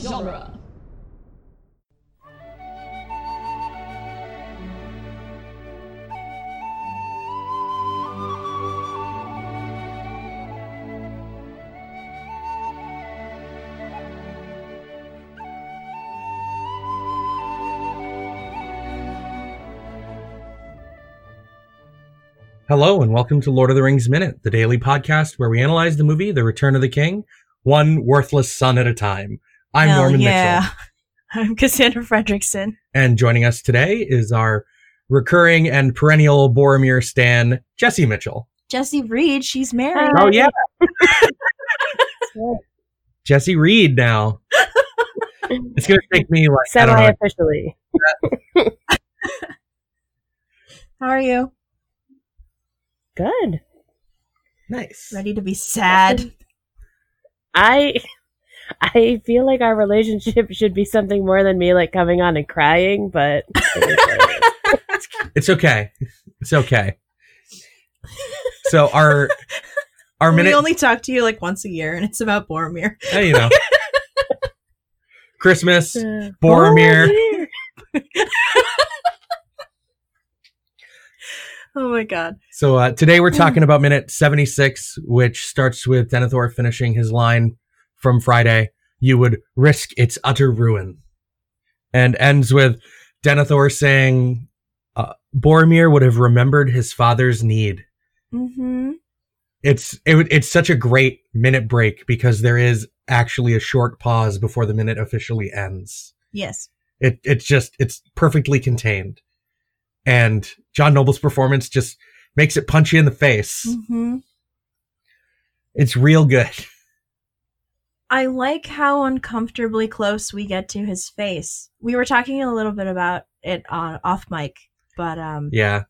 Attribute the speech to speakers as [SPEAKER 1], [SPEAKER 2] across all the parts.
[SPEAKER 1] genre.
[SPEAKER 2] Hello, and welcome to Lord of the Rings Minute, the daily podcast where we analyze the movie The Return of the King, one worthless son at a time. I'm
[SPEAKER 3] Hell
[SPEAKER 2] Norman
[SPEAKER 3] yeah.
[SPEAKER 2] Mitchell,
[SPEAKER 3] I'm Cassandra Fredrickson.
[SPEAKER 2] and joining us today is our recurring and perennial Boromir Stan, Jesse Mitchell.
[SPEAKER 3] Jessie Reed, she's married.
[SPEAKER 2] Oh, yeah. Jesse Reed now. It's going to take me like, I don't
[SPEAKER 4] Semi
[SPEAKER 2] know,
[SPEAKER 4] officially.
[SPEAKER 3] How are you?
[SPEAKER 4] Good.
[SPEAKER 2] nice.
[SPEAKER 3] Ready to be sad?
[SPEAKER 4] I I feel like our relationship should be something more than me like coming on and crying, but
[SPEAKER 2] It's okay. It's okay. So our our minute
[SPEAKER 3] We only talk to you like once a year, and it's about Boromir.
[SPEAKER 2] hey, you know. Christmas,
[SPEAKER 4] Uh,
[SPEAKER 2] Boromir.
[SPEAKER 4] Boromir.
[SPEAKER 3] Oh my god.
[SPEAKER 2] So uh, today we're talking about minute 76, which starts with Denethor finishing his line from Friday, you would risk its utter ruin. And ends with Denethor saying, uh, Boromir would have remembered his father's need.
[SPEAKER 3] Mm-hmm.
[SPEAKER 2] It's it, it's such a great minute break because there is actually a short pause before the minute officially ends.
[SPEAKER 3] Yes.
[SPEAKER 2] It it's just it's perfectly contained, and John Noble's performance just makes it punch you in the face.
[SPEAKER 3] Mm-hmm.
[SPEAKER 2] It's real good.
[SPEAKER 3] I like how uncomfortably close we get to his face. We were talking a little bit about it on off mic, but um,
[SPEAKER 2] Yeah,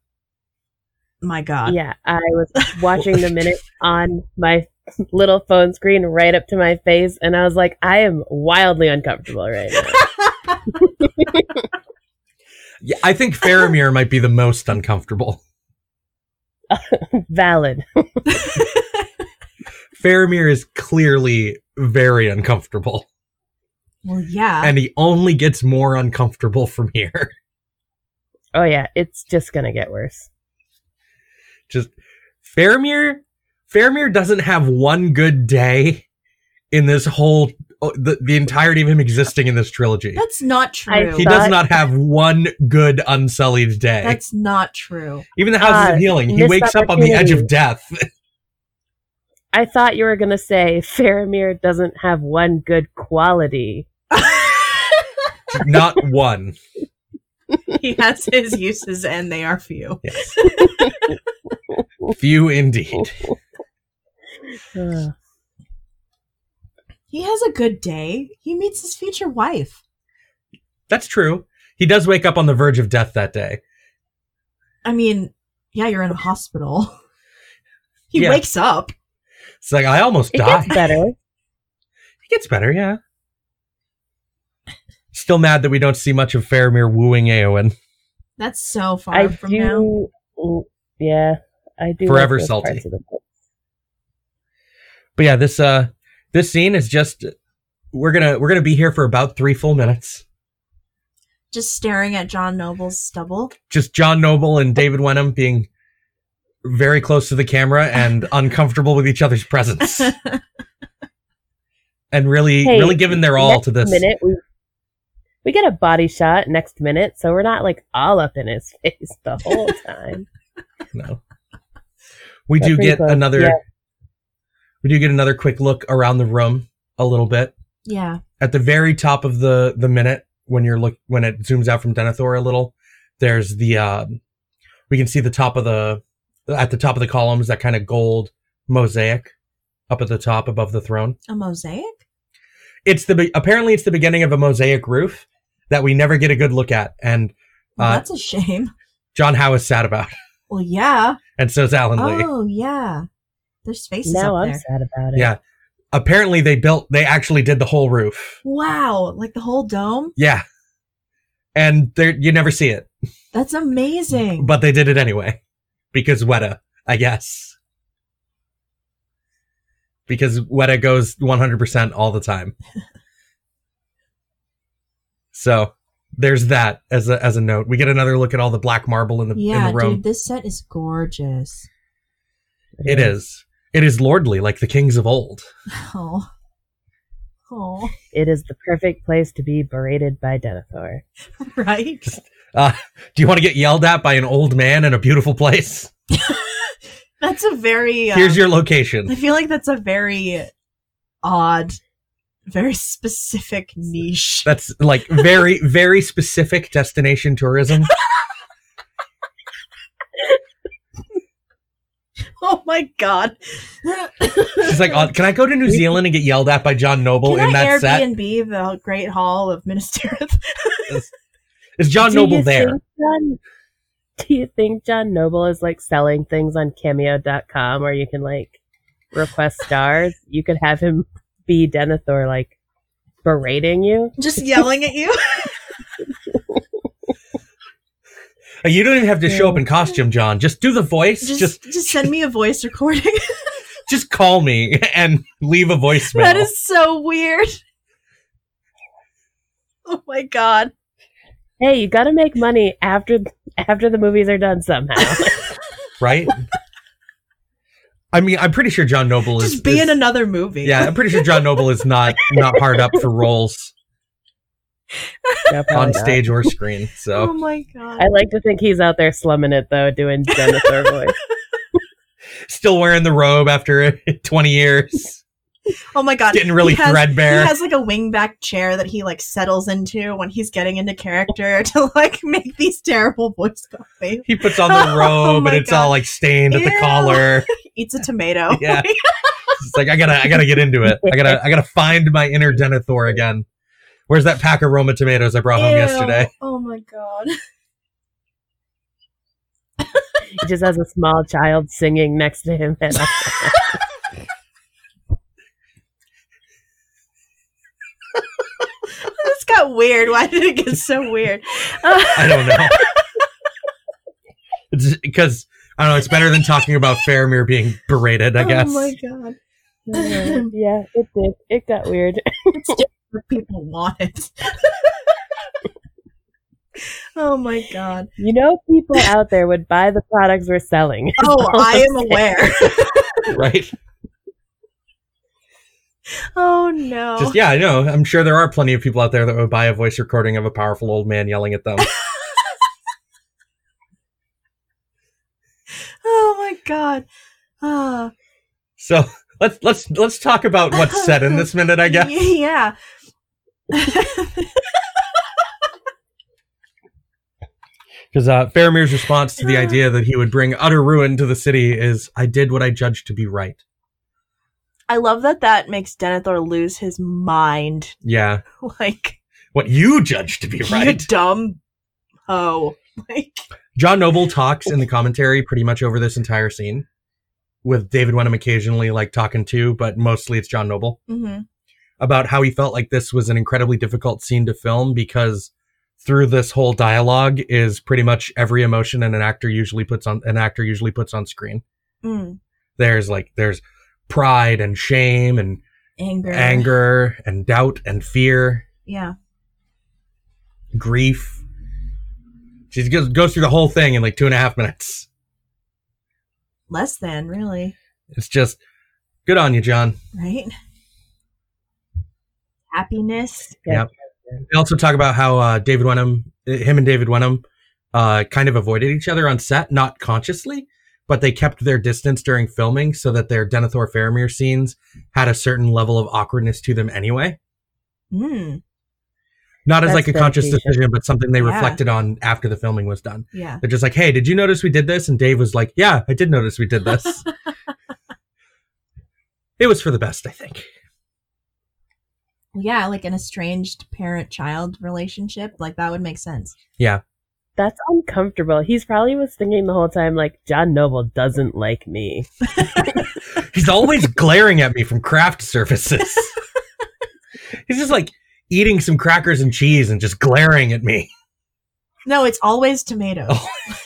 [SPEAKER 3] my
[SPEAKER 2] Uh,
[SPEAKER 3] god.
[SPEAKER 4] Yeah, I was watching the minute on my little phone screen right up to my face and I was like, I am wildly uncomfortable right now.
[SPEAKER 2] yeah. I think Faramir might be the most uncomfortable.
[SPEAKER 4] Valid.
[SPEAKER 2] Faramir is clearly very uncomfortable,
[SPEAKER 3] Well, yeah.
[SPEAKER 2] and he only gets more uncomfortable from here.
[SPEAKER 4] Oh yeah, it's just gonna get worse.
[SPEAKER 2] Just Faramir. Faramir doesn't have one good day in this whole oh, the, the entirety of him existing in this trilogy.
[SPEAKER 3] That's not
[SPEAKER 4] I
[SPEAKER 3] true.
[SPEAKER 2] He does not have one good unsullied day.
[SPEAKER 3] That's not true.
[SPEAKER 2] Even the houses
[SPEAKER 4] Ah,
[SPEAKER 2] of healing, he
[SPEAKER 4] missed
[SPEAKER 2] wakes up on the edge of
[SPEAKER 4] opportunity.
[SPEAKER 2] death.
[SPEAKER 4] I thought you were gonna say Faramir doesn't have one good quality.
[SPEAKER 2] Not one.
[SPEAKER 3] he has his uses, and they are few.
[SPEAKER 2] Yes. Few indeed.
[SPEAKER 4] Ugh.
[SPEAKER 3] He has a good day. He meets his future wife.
[SPEAKER 2] That's true. He does wake up on the verge of death that day.
[SPEAKER 3] I mean, yeah, you're in a hospital. He
[SPEAKER 2] Yeah.
[SPEAKER 3] wakes up.
[SPEAKER 2] It's like I almost
[SPEAKER 4] It
[SPEAKER 2] died.
[SPEAKER 4] gets better.
[SPEAKER 2] He gets better, yeah. Still mad that we don't see much of Faramir wooing Eowyn.
[SPEAKER 3] That's so far
[SPEAKER 4] I
[SPEAKER 3] from now.
[SPEAKER 4] do. Yeah, I do.
[SPEAKER 2] Forever
[SPEAKER 4] like those
[SPEAKER 2] salty.
[SPEAKER 4] parts of the book.
[SPEAKER 2] But yeah, this uh this scene is just we're gonna we're gonna be here for about three full minutes.
[SPEAKER 3] Just staring at John Noble's stubble.
[SPEAKER 2] Just John Noble and David Wenham being very close to the camera and uncomfortable with each other's presence. and really
[SPEAKER 4] Hey,
[SPEAKER 2] really giving their all
[SPEAKER 4] next
[SPEAKER 2] to this
[SPEAKER 4] minute we we get a body shot next minute, so we're not like all up in his face the whole time.
[SPEAKER 2] no we
[SPEAKER 4] That's
[SPEAKER 2] do
[SPEAKER 4] pretty
[SPEAKER 2] get
[SPEAKER 4] close,
[SPEAKER 2] another
[SPEAKER 4] yeah.
[SPEAKER 2] we do get another quick look around the room a little bit
[SPEAKER 3] yeah.
[SPEAKER 2] at the very top of the the minute when you're look when it zooms out from denethor a little there's the um we can see the top of the at the top of the columns that kind of gold mosaic up at the top above the throne
[SPEAKER 3] A mosaic?
[SPEAKER 2] it's the be- apparently it's the beginning of a mosaic roof that we never get a good look at and Uh,
[SPEAKER 3] Well, that's a shame.
[SPEAKER 2] john howe is sad about
[SPEAKER 3] Well, yeah.
[SPEAKER 2] and so is alan lee
[SPEAKER 3] Oh, yeah. There's faces
[SPEAKER 4] now
[SPEAKER 3] up
[SPEAKER 4] I'm
[SPEAKER 3] there.
[SPEAKER 4] sad about it.
[SPEAKER 2] Yeah. apparently they built they actually did the whole roof
[SPEAKER 3] Wow. Like the whole dome?
[SPEAKER 2] yeah and there you never see it
[SPEAKER 3] That's amazing.
[SPEAKER 2] but they did it anyway because weta i guess because weta goes 100% all the time So there's that as a as a note. We get another look at all the black marble in the
[SPEAKER 1] yeah,
[SPEAKER 2] in the room.
[SPEAKER 1] dude, this set is gorgeous.
[SPEAKER 2] It is. It is lordly, like the kings of old.
[SPEAKER 1] Oh. Oh.
[SPEAKER 4] It is the perfect place to be berated by Denethor.
[SPEAKER 1] Right?
[SPEAKER 2] Do you want to get yelled at by an old man in a beautiful place?
[SPEAKER 3] That's a very. Um,
[SPEAKER 2] Here's your location.
[SPEAKER 3] I feel like that's a very odd, very specific niche.
[SPEAKER 2] That's like very, very specific destination tourism.
[SPEAKER 3] Oh my god!
[SPEAKER 2] She's like, oh, can I go to New Zealand and get yelled at by John Noble
[SPEAKER 3] Can
[SPEAKER 2] in
[SPEAKER 3] I
[SPEAKER 2] that set?
[SPEAKER 3] Airbnb the Great Hall of Minas Tirith?
[SPEAKER 2] Is John
[SPEAKER 4] Do
[SPEAKER 2] Noble
[SPEAKER 4] you
[SPEAKER 2] there?
[SPEAKER 4] think John- do you think John Noble is like selling things on cameo.com where you can like request stars? You could have him be Denethor like berating you.
[SPEAKER 3] Just yelling at you.
[SPEAKER 2] Uh, You don't even have to show up in costume, John. Just do the voice.
[SPEAKER 3] Just,
[SPEAKER 2] Just
[SPEAKER 3] just
[SPEAKER 2] just,
[SPEAKER 3] send me a voice recording.
[SPEAKER 2] call me and leave a voicemail.
[SPEAKER 3] that is so weird. Oh my god!
[SPEAKER 4] Hey, you gotta make money after after the movies are done somehow.
[SPEAKER 2] right? I mean, I'm pretty sure John Noble is
[SPEAKER 3] Just be
[SPEAKER 2] is-
[SPEAKER 3] in another movie.
[SPEAKER 2] Yeah, I'm pretty sure John Noble is not not hard up for roles
[SPEAKER 4] No, probably
[SPEAKER 2] on
[SPEAKER 4] not.
[SPEAKER 2] stage or screen.
[SPEAKER 3] Oh
[SPEAKER 2] So
[SPEAKER 3] my god.
[SPEAKER 4] I like to think he's out there slumming it though, doing Denethor voice.
[SPEAKER 2] still wearing the robe after 20 years,
[SPEAKER 3] Oh my god.
[SPEAKER 2] getting really
[SPEAKER 3] He has-
[SPEAKER 2] threadbare.
[SPEAKER 3] He has like a wingback chair that he like settles into when he's getting into character to like make these terrible voice copies.
[SPEAKER 2] he puts on the
[SPEAKER 3] Oh
[SPEAKER 2] robe
[SPEAKER 3] my
[SPEAKER 2] and it's
[SPEAKER 3] God.
[SPEAKER 2] all like stained at the
[SPEAKER 3] Ew. Oh
[SPEAKER 2] collar.
[SPEAKER 3] Eats a tomato.
[SPEAKER 2] Yeah. It's like I gotta I gotta get into it. I gotta I gotta find my inner Denethor again. Where's that pack of Roma tomatoes I brought home
[SPEAKER 3] Ew.
[SPEAKER 2] yesterday?
[SPEAKER 3] Oh my god.
[SPEAKER 4] He just has a small child singing next to him at all
[SPEAKER 3] This got weird. Why did it get so weird?
[SPEAKER 2] I don't know. it's because I don't know. It's better than talking about Faramir being berated. I guess.
[SPEAKER 3] Oh my god.
[SPEAKER 4] Yeah, yeah, it did. It got weird.
[SPEAKER 3] It's just what people want it. oh my god.
[SPEAKER 4] You know, people out there would buy the products we're selling.
[SPEAKER 3] Oh, I am aware.
[SPEAKER 2] Right.
[SPEAKER 3] Oh no.
[SPEAKER 2] Just yeah. I know. I'm sure there are plenty of people out there that would buy a voice recording of a powerful old man yelling at them.
[SPEAKER 3] Oh my god. Ah.
[SPEAKER 2] so let's let's let's talk about what's said in this minute. I guess.
[SPEAKER 3] Yeah.
[SPEAKER 2] Because uh, Faramir's response to the idea that he would bring utter ruin to the city is, "I did what I judged to be right."
[SPEAKER 3] I love that that makes Denethor lose his mind.
[SPEAKER 2] Yeah.
[SPEAKER 3] Like,
[SPEAKER 2] What you judge to be
[SPEAKER 3] you
[SPEAKER 2] right.
[SPEAKER 3] dumb hoe. Like,
[SPEAKER 2] John Noble talks in the commentary pretty much over this entire scene, with David Wenham occasionally like talking to, but mostly it's John Noble
[SPEAKER 3] mhm.
[SPEAKER 2] about how he felt like this was an incredibly difficult scene to film because through this whole dialogue is pretty much every emotion and an actor usually puts on an actor usually puts on screen.
[SPEAKER 3] Mm.
[SPEAKER 2] There's like there's pride and shame and
[SPEAKER 3] anger.
[SPEAKER 2] anger and doubt and fear,
[SPEAKER 3] Yeah.
[SPEAKER 2] grief. She goes goes through the whole thing in like two and a half minutes.
[SPEAKER 3] Less than, really.
[SPEAKER 2] It's just good on you, John.
[SPEAKER 3] Right? Happiness.
[SPEAKER 2] They also talk about how uh, David Wenham, him and David Wenham, uh, kind of avoided each other on set, not consciously, but they kept their distance during filming so that their Denethor Faramir scenes had a certain level of awkwardness to them anyway.
[SPEAKER 3] Mm.
[SPEAKER 2] Not as
[SPEAKER 4] That's
[SPEAKER 2] like a conscious
[SPEAKER 4] dedication.
[SPEAKER 2] decision, but something they
[SPEAKER 3] Yeah.
[SPEAKER 2] reflected on after the filming was done.
[SPEAKER 3] Yeah.
[SPEAKER 2] They're just like, "Hey, did you notice we did this?" And Dave was like, "Yeah, I did notice we did this." it was for the best, I think.
[SPEAKER 3] Well, yeah, like an estranged parent child relationship. Like, that would make sense.
[SPEAKER 4] That's uncomfortable. He's probably was thinking the whole time, like, John Noble doesn't like me.
[SPEAKER 2] He's always glaring at me from craft services. He's just like eating some crackers and cheese and just glaring at me.
[SPEAKER 3] No, it's always tomatoes.
[SPEAKER 2] Oh.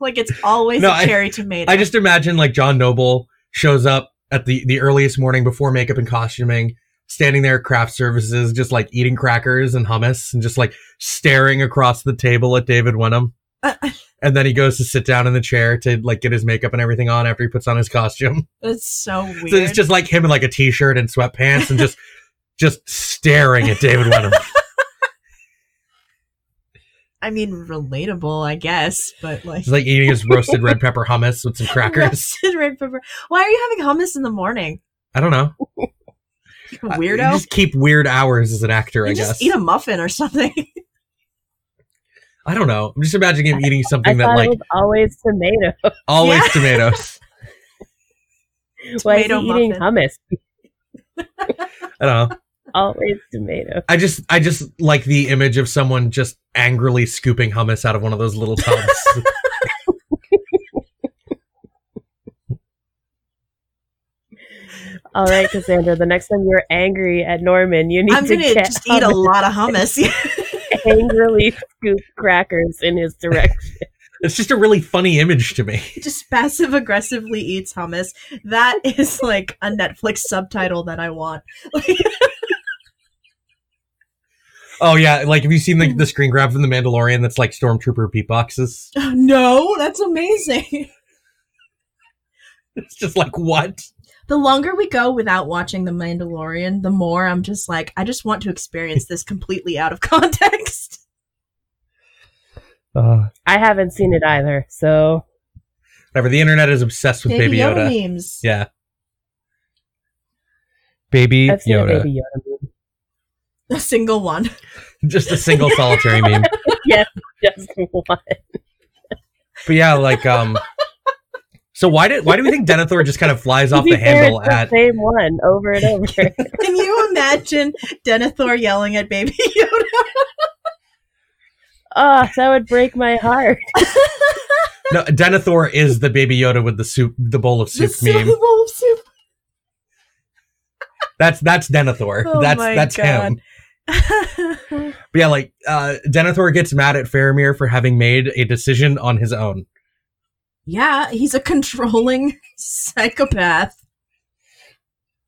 [SPEAKER 3] like, it's always
[SPEAKER 2] No,
[SPEAKER 3] a
[SPEAKER 2] I-
[SPEAKER 3] cherry tomato.
[SPEAKER 2] I just imagine like John Noble shows up at the the earliest morning before makeup and costuming, standing there at craft services, just like eating crackers and hummus and just like staring across the table at David Wenham.
[SPEAKER 1] Uh,
[SPEAKER 2] And then he goes to sit down in the chair to like get his makeup and everything on after he puts on his costume.
[SPEAKER 1] It's so weird.
[SPEAKER 2] So it's just like him in like a t-shirt and sweatpants and just just staring at David Wenham.
[SPEAKER 1] I mean, relatable, I guess, but like
[SPEAKER 2] It's like eating his roasted red pepper hummus with some crackers.
[SPEAKER 3] Roasted red pepper. Why are you having hummus in the morning?
[SPEAKER 2] I don't know.
[SPEAKER 1] you
[SPEAKER 2] I-
[SPEAKER 1] weirdo.
[SPEAKER 2] Uh, you just keep weird hours as an actor,
[SPEAKER 3] You
[SPEAKER 2] I
[SPEAKER 3] just
[SPEAKER 2] guess.
[SPEAKER 3] eat a muffin or something.
[SPEAKER 2] I don't know. I'm just imagining him eating
[SPEAKER 4] I
[SPEAKER 2] something that
[SPEAKER 4] thought
[SPEAKER 2] like
[SPEAKER 4] it was always tomato.
[SPEAKER 2] always
[SPEAKER 3] Yeah.
[SPEAKER 2] tomatoes.
[SPEAKER 4] Why is he
[SPEAKER 3] Tomato
[SPEAKER 4] eating
[SPEAKER 3] muffin.
[SPEAKER 4] hummus?
[SPEAKER 2] I don't know.
[SPEAKER 4] Always tomato.
[SPEAKER 2] I just I just like the image of someone just angrily scooping hummus out of one of those little tubs.
[SPEAKER 4] All right, Cassandra. The next time you're angry at Norman, you need
[SPEAKER 3] I'm
[SPEAKER 4] to
[SPEAKER 3] gonna
[SPEAKER 4] get
[SPEAKER 3] just eat a lot of hummus.
[SPEAKER 4] angrily scoop crackers in his direction.
[SPEAKER 2] it's just a really funny image to me.
[SPEAKER 3] just passive aggressively eats hummus. That is like a Netflix subtitle that I want.
[SPEAKER 2] Oh yeah, like have you seen the, the screen grab from The Mandalorian that's like stormtrooper beatboxes?
[SPEAKER 3] no, that's amazing.
[SPEAKER 2] It's just like what?
[SPEAKER 3] The longer we go without watching The Mandalorian, the more I'm just like, I just want to experience this completely out of context.
[SPEAKER 2] Uh,
[SPEAKER 4] I haven't seen it either, so
[SPEAKER 2] whatever. The internet is obsessed with Baby, Yoda.
[SPEAKER 3] memes.
[SPEAKER 2] Yeah. Baby
[SPEAKER 4] I've seen a
[SPEAKER 2] Yoda.
[SPEAKER 4] baby Yoda movie.
[SPEAKER 3] A single one.
[SPEAKER 2] Just a single solitary meme.
[SPEAKER 4] Just one.
[SPEAKER 2] But yeah, like um So why did why do we think Denethor just kind of flies off
[SPEAKER 4] To be
[SPEAKER 2] the
[SPEAKER 4] fair,
[SPEAKER 2] handle
[SPEAKER 4] it's the
[SPEAKER 2] at
[SPEAKER 4] same one over and over.
[SPEAKER 3] Can you imagine Denethor yelling at Baby Yoda?
[SPEAKER 4] oh, that would break my heart.
[SPEAKER 2] No Denethor is the baby Yoda with the soup the bowl of
[SPEAKER 3] The
[SPEAKER 2] soup meme.
[SPEAKER 3] bowl of soup.
[SPEAKER 2] That's that's Denethor.
[SPEAKER 3] Oh
[SPEAKER 2] that's
[SPEAKER 3] my
[SPEAKER 2] that's
[SPEAKER 3] God.
[SPEAKER 2] him. But yeah, like uh Denethor gets mad at Faramir for having made a decision on his own.
[SPEAKER 3] yeah, he's a controlling psychopath.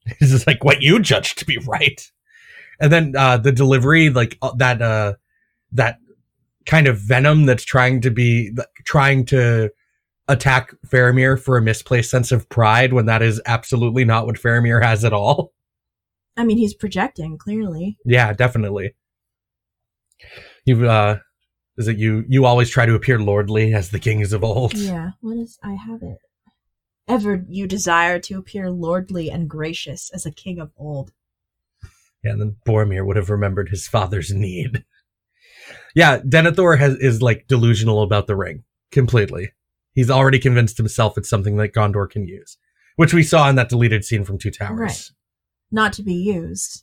[SPEAKER 2] He's just like what you judged to be right. And then uh the delivery, like uh, that uh that kind of venom that's trying to be like, trying to attack Faramir for a misplaced sense of pride when that is absolutely not what Faramir has at all.
[SPEAKER 3] I mean, he's projecting clearly.
[SPEAKER 2] Yeah, definitely. You uh is it you you always try to appear lordly as the kings of old.
[SPEAKER 3] Yeah. What is? I have it. Ever you desire to appear lordly and gracious as a king of old.
[SPEAKER 2] And then Boromir would have remembered his father's need. Yeah, Denethor has is like delusional about the ring completely. He's already convinced himself it's something that Gondor can use, which we saw in that deleted scene from Two Towers.
[SPEAKER 3] Right. not to be used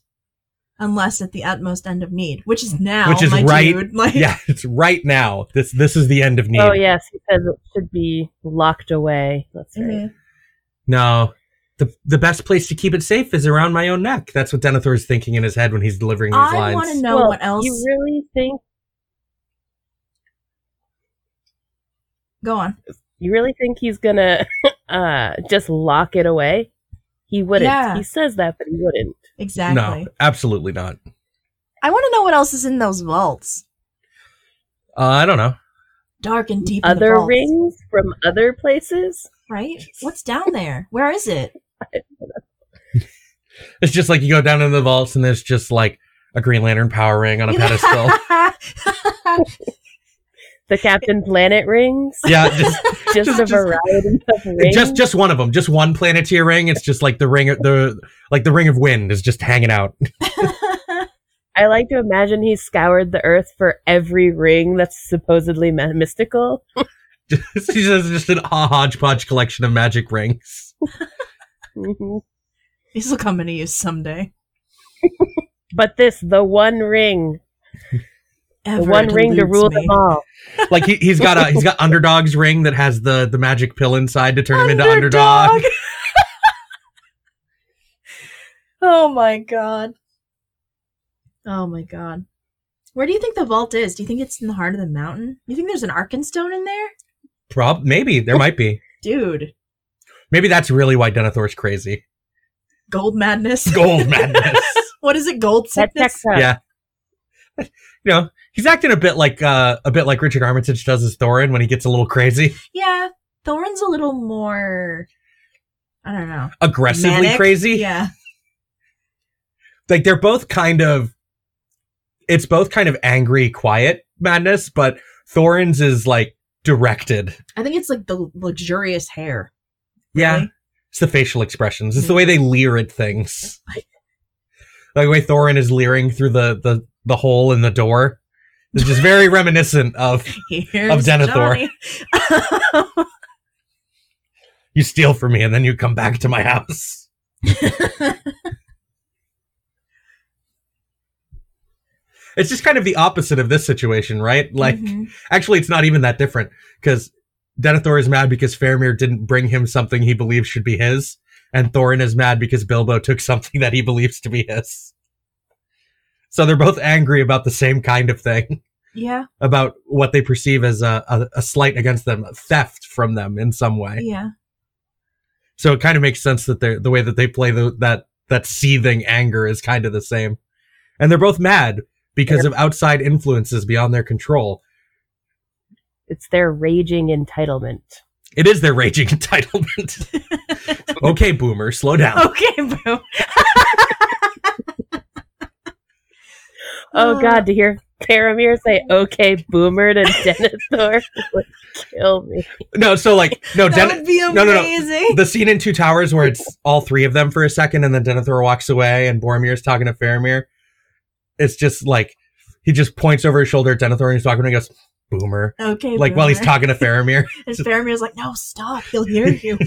[SPEAKER 3] unless at the utmost end of need, which is now.
[SPEAKER 2] Which is
[SPEAKER 3] my
[SPEAKER 2] right-
[SPEAKER 3] Dude. Like,
[SPEAKER 2] Yeah, it's right now. This this is the end of need.
[SPEAKER 4] Oh yes, he says it should be locked away. That's right.
[SPEAKER 3] Mhm.
[SPEAKER 2] No. The the best place to keep it safe is around my own neck. That's what Denethor is thinking in his head when he's delivering these
[SPEAKER 3] I
[SPEAKER 2] lines.
[SPEAKER 3] want to know
[SPEAKER 4] Well,
[SPEAKER 3] what else.
[SPEAKER 4] You really think
[SPEAKER 3] Go on.
[SPEAKER 4] you really think he's gonna uh just lock it away? He wouldn't.
[SPEAKER 3] Yeah.
[SPEAKER 4] He says that, but he wouldn't.
[SPEAKER 3] Exactly.
[SPEAKER 2] No, absolutely not.
[SPEAKER 3] I want to know what else is in those vaults.
[SPEAKER 2] Uh, I don't know.
[SPEAKER 3] Dark and deep. in the
[SPEAKER 4] Other
[SPEAKER 3] vaults,
[SPEAKER 4] rings from other places.
[SPEAKER 3] right? What's down there? Where is it?
[SPEAKER 2] It's just like you go down into the vaults and there's just like a Green Lantern power ring on a pedestal.
[SPEAKER 4] The Captain Planet rings.
[SPEAKER 2] yeah, just,
[SPEAKER 4] Just,
[SPEAKER 2] Just-
[SPEAKER 4] a
[SPEAKER 2] just-
[SPEAKER 4] variety of rings.
[SPEAKER 2] just just one of them. Just one planeteer ring. It's just like the ring of the like the ring of wind is just hanging out.
[SPEAKER 4] I like to imagine he scoured the earth for every ring that's supposedly ma- mystical.
[SPEAKER 2] It's just, just an a hodgepodge collection of magic rings.
[SPEAKER 4] Mhm.
[SPEAKER 3] These will come into use someday.
[SPEAKER 4] But this, the one ring, the
[SPEAKER 3] Ever
[SPEAKER 4] one
[SPEAKER 3] it
[SPEAKER 4] ring to
[SPEAKER 3] eludes
[SPEAKER 4] rule
[SPEAKER 3] me.
[SPEAKER 4] them all.
[SPEAKER 2] Like he, he's got a he's got underdog's ring that has the the magic pill inside to turn him into underdog.
[SPEAKER 3] oh my god. Oh my god. Where do you think the vault is? Do you think it's in the heart of the mountain? You think there's an Arkenstone in there?
[SPEAKER 2] Prob maybe there might be.
[SPEAKER 3] Dude,
[SPEAKER 2] Maybe that's really why Denethor's crazy.
[SPEAKER 3] gold madness.
[SPEAKER 2] Gold madness.
[SPEAKER 1] What is it? Gold
[SPEAKER 4] That
[SPEAKER 1] sickness?
[SPEAKER 4] checks out.
[SPEAKER 2] Yeah. You know, he's acting a bit like uh, a bit like Richard Armitage does as Thorin when he gets a little crazy,
[SPEAKER 3] Yeah, Thorin's a little more. I don't know.
[SPEAKER 2] aggressively
[SPEAKER 1] Manic?
[SPEAKER 2] crazy.
[SPEAKER 1] Yeah.
[SPEAKER 2] Like they're both kind of it's both kind of angry, quiet madness, but Thorin's is like directed.
[SPEAKER 1] I think it's like the luxurious hair.
[SPEAKER 2] Yeah.
[SPEAKER 1] Really?
[SPEAKER 2] It's the facial expressions. It's the way they leer at things. Like the way Thorin is leering through the the, the hole in the door. It's just very reminiscent of
[SPEAKER 1] Here's
[SPEAKER 2] Of Denethor.
[SPEAKER 1] Johnny.
[SPEAKER 2] you steal from me and then you come back to my house. it's just kind of the opposite of this situation, right? Like,
[SPEAKER 3] Mhm.
[SPEAKER 2] actually, it's not even that different because Denethor is mad because Faramir didn't bring him something he believes should be his, and Thorin is mad because Bilbo took something that he believes to be his. So they're both angry about the same kind of thing,
[SPEAKER 3] yeah,
[SPEAKER 2] about what they perceive as a, a, a slight against them, a theft from them in some way.
[SPEAKER 3] yeah,
[SPEAKER 2] So it kind of makes sense that they the way that they play the, that that seething anger is kind of the same, and they're both mad because of outside influences beyond their control.
[SPEAKER 4] It's their raging entitlement.
[SPEAKER 2] It is their raging entitlement. okay, boomer, slow down.
[SPEAKER 1] okay, bro.
[SPEAKER 4] Oh
[SPEAKER 3] Uh.
[SPEAKER 4] God, to hear Faramir say "Okay, Boomer" to Denethor would kill me.
[SPEAKER 2] No, so like no,
[SPEAKER 1] That
[SPEAKER 2] Den-
[SPEAKER 1] would be
[SPEAKER 2] Oh, no, Oh, no.
[SPEAKER 1] amazing.
[SPEAKER 2] the scene in Two Towers where it's all three of them for a second, and then Denethor walks away, and Boromir's talking to Faramir. It's just like he just points over his shoulder at Denethor, and he's talking, and he goes, "Boomer."
[SPEAKER 3] okay.
[SPEAKER 2] Like while he's
[SPEAKER 3] boomer.
[SPEAKER 2] talking to Faramir,
[SPEAKER 3] and Faramir's like, "No, stop! He'll hear you."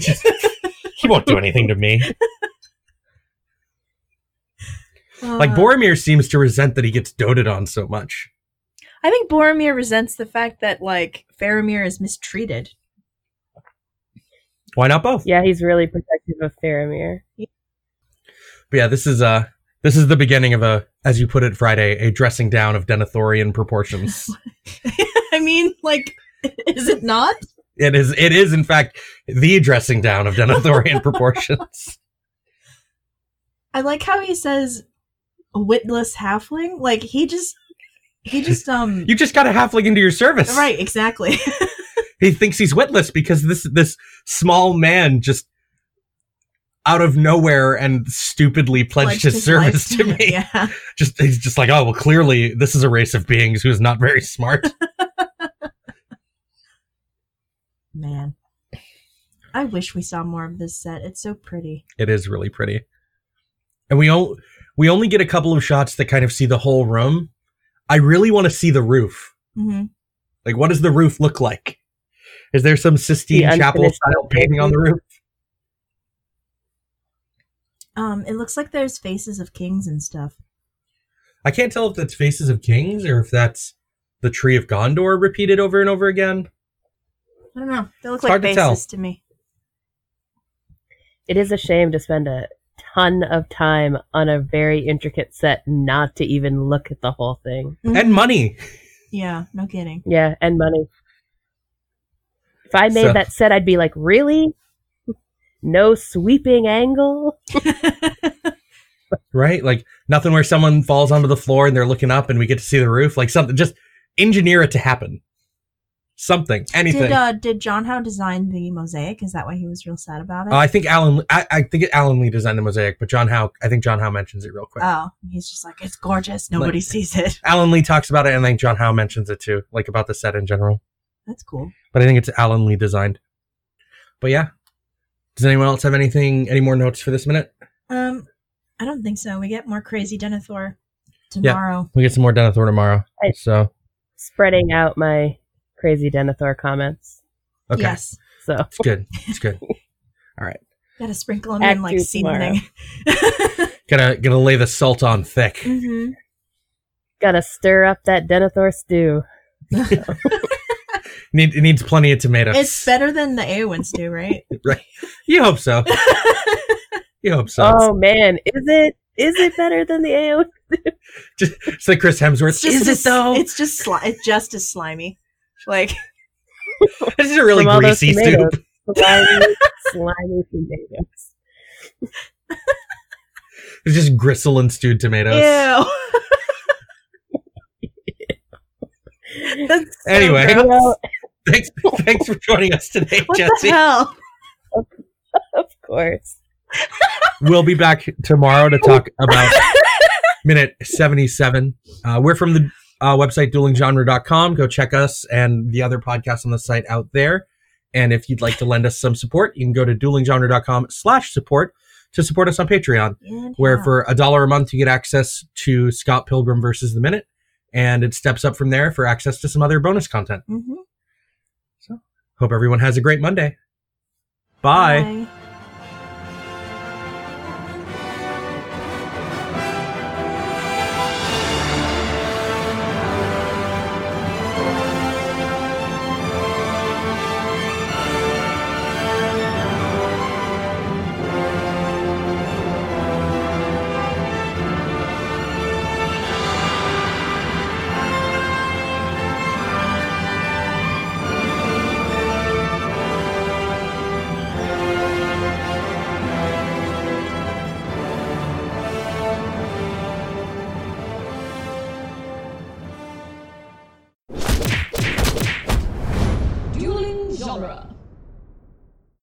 [SPEAKER 2] he won't do anything to me. Like
[SPEAKER 3] Uh,
[SPEAKER 2] Boromir seems to resent that he gets doted on so much.
[SPEAKER 3] I think Boromir resents the fact that like Faramir is mistreated.
[SPEAKER 2] Why not both?
[SPEAKER 4] Yeah, he's really protective of Faramir.
[SPEAKER 2] But yeah, this is uh this is the beginning of a, as you put it, Friday, a dressing down of Denethorian proportions.
[SPEAKER 1] I mean, like, is it not?
[SPEAKER 2] it is it is in fact the dressing down of Denethorian proportions.
[SPEAKER 3] I like how he says a witless halfling. Like he just he just um
[SPEAKER 2] You just got a halfling into your service.
[SPEAKER 3] right, exactly.
[SPEAKER 2] He thinks he's witless because this this small man just out of nowhere and stupidly pledged,
[SPEAKER 3] Pledged
[SPEAKER 2] his,
[SPEAKER 3] his
[SPEAKER 2] service
[SPEAKER 3] life
[SPEAKER 2] to me.
[SPEAKER 3] yeah.
[SPEAKER 2] Just he's just like, oh well clearly this is a race of beings who's not very smart.
[SPEAKER 3] Man. I wish we saw more of this set. It's so pretty.
[SPEAKER 2] it is really pretty and we all we only get a couple of shots that kind of see the whole room i really want to see the roof
[SPEAKER 3] Mm-hmm.
[SPEAKER 2] like what does the roof look like is there some sistine
[SPEAKER 4] The
[SPEAKER 2] chapel
[SPEAKER 4] unfinished
[SPEAKER 2] style painting on the roof
[SPEAKER 3] Um, it looks like there's faces of kings and stuff.
[SPEAKER 2] i can't tell if that's faces of kings or if that's the tree of gondor repeated over and over again
[SPEAKER 3] I don't know. They look
[SPEAKER 2] It's
[SPEAKER 3] like
[SPEAKER 2] hard to
[SPEAKER 3] faces
[SPEAKER 2] tell.
[SPEAKER 3] to me.
[SPEAKER 4] It is a shame to spend a ton of time on a very intricate set not to even look at the whole thing.
[SPEAKER 2] and money
[SPEAKER 3] Yeah, no kidding.
[SPEAKER 4] Yeah, and money. If I made
[SPEAKER 2] So-
[SPEAKER 4] that set, I'd be like, really? No sweeping angle?
[SPEAKER 2] right like nothing where someone falls onto the floor and they're looking up and we get to see the roof like something just engineer it to happen something anything
[SPEAKER 3] Did uh did John Howe design the mosaic? Is that why he was real sad about it?
[SPEAKER 2] Uh, I think Alan. I, I think Alan Lee designed the mosaic, but John Howe. I think John Howe mentions it real quick.
[SPEAKER 3] oh, he's just like it's gorgeous. Nobody
[SPEAKER 2] Like-
[SPEAKER 3] sees it.
[SPEAKER 2] Alan Lee talks about it, and I think John Howe mentions it too, like about the set in general.
[SPEAKER 3] That's cool.
[SPEAKER 2] But I think it's Alan Lee designed. But yeah, does anyone else have anything? Any more notes for this minute?
[SPEAKER 3] Um, I don't think so. We get more crazy Denethor
[SPEAKER 2] Yeah.
[SPEAKER 3] tomorrow.
[SPEAKER 2] We get some more Denethor tomorrow.
[SPEAKER 4] Right.
[SPEAKER 2] So
[SPEAKER 4] Spreading out my crazy Denethor comments.
[SPEAKER 2] okay,
[SPEAKER 3] Yes,
[SPEAKER 4] So
[SPEAKER 2] it's good. It's good.
[SPEAKER 3] gotta sprinkle them
[SPEAKER 4] Act
[SPEAKER 3] in like
[SPEAKER 4] two
[SPEAKER 3] seasoning.
[SPEAKER 2] Gotta gotta lay the salt on thick.
[SPEAKER 3] hmm
[SPEAKER 4] gotta stir up that Denethor stew.
[SPEAKER 2] Need it needs plenty of tomatoes.
[SPEAKER 3] It's better than the Aowins do, right?
[SPEAKER 2] you hope so. you hope so.
[SPEAKER 4] Oh man, is it is it better than the AO?
[SPEAKER 2] Just, it's like Chris Hemsworth.
[SPEAKER 3] It's just
[SPEAKER 2] Is
[SPEAKER 3] it's,
[SPEAKER 2] it though?
[SPEAKER 3] It's just sli- it's just as slimy. Like
[SPEAKER 2] this is a really
[SPEAKER 4] From all those
[SPEAKER 2] greasy soup.
[SPEAKER 4] tomatoes. Slimy, slimy tomatoes.
[SPEAKER 2] It's just gristle and stewed tomatoes.
[SPEAKER 3] Ew. That's so
[SPEAKER 2] Anyway.
[SPEAKER 3] gross.
[SPEAKER 4] Well,
[SPEAKER 2] Thanks, thanks for joining us today,
[SPEAKER 3] what
[SPEAKER 2] Jesse.
[SPEAKER 3] the hell?
[SPEAKER 4] of course.
[SPEAKER 2] We'll be back tomorrow to talk about minute 77. Uh, we're from the uh, website duelinggenre.com. Go check us and the other podcasts on the site out there. And if you'd like to lend us some support, you can go to duelinggenre.com slash support to support us on Patreon, where for a dollar a month, you get access to Scott Pilgrim versus the Minute. And it steps up from there for access to some other bonus content.
[SPEAKER 3] Mhm.
[SPEAKER 2] Hope everyone has a great Monday. Bye.
[SPEAKER 3] Bye.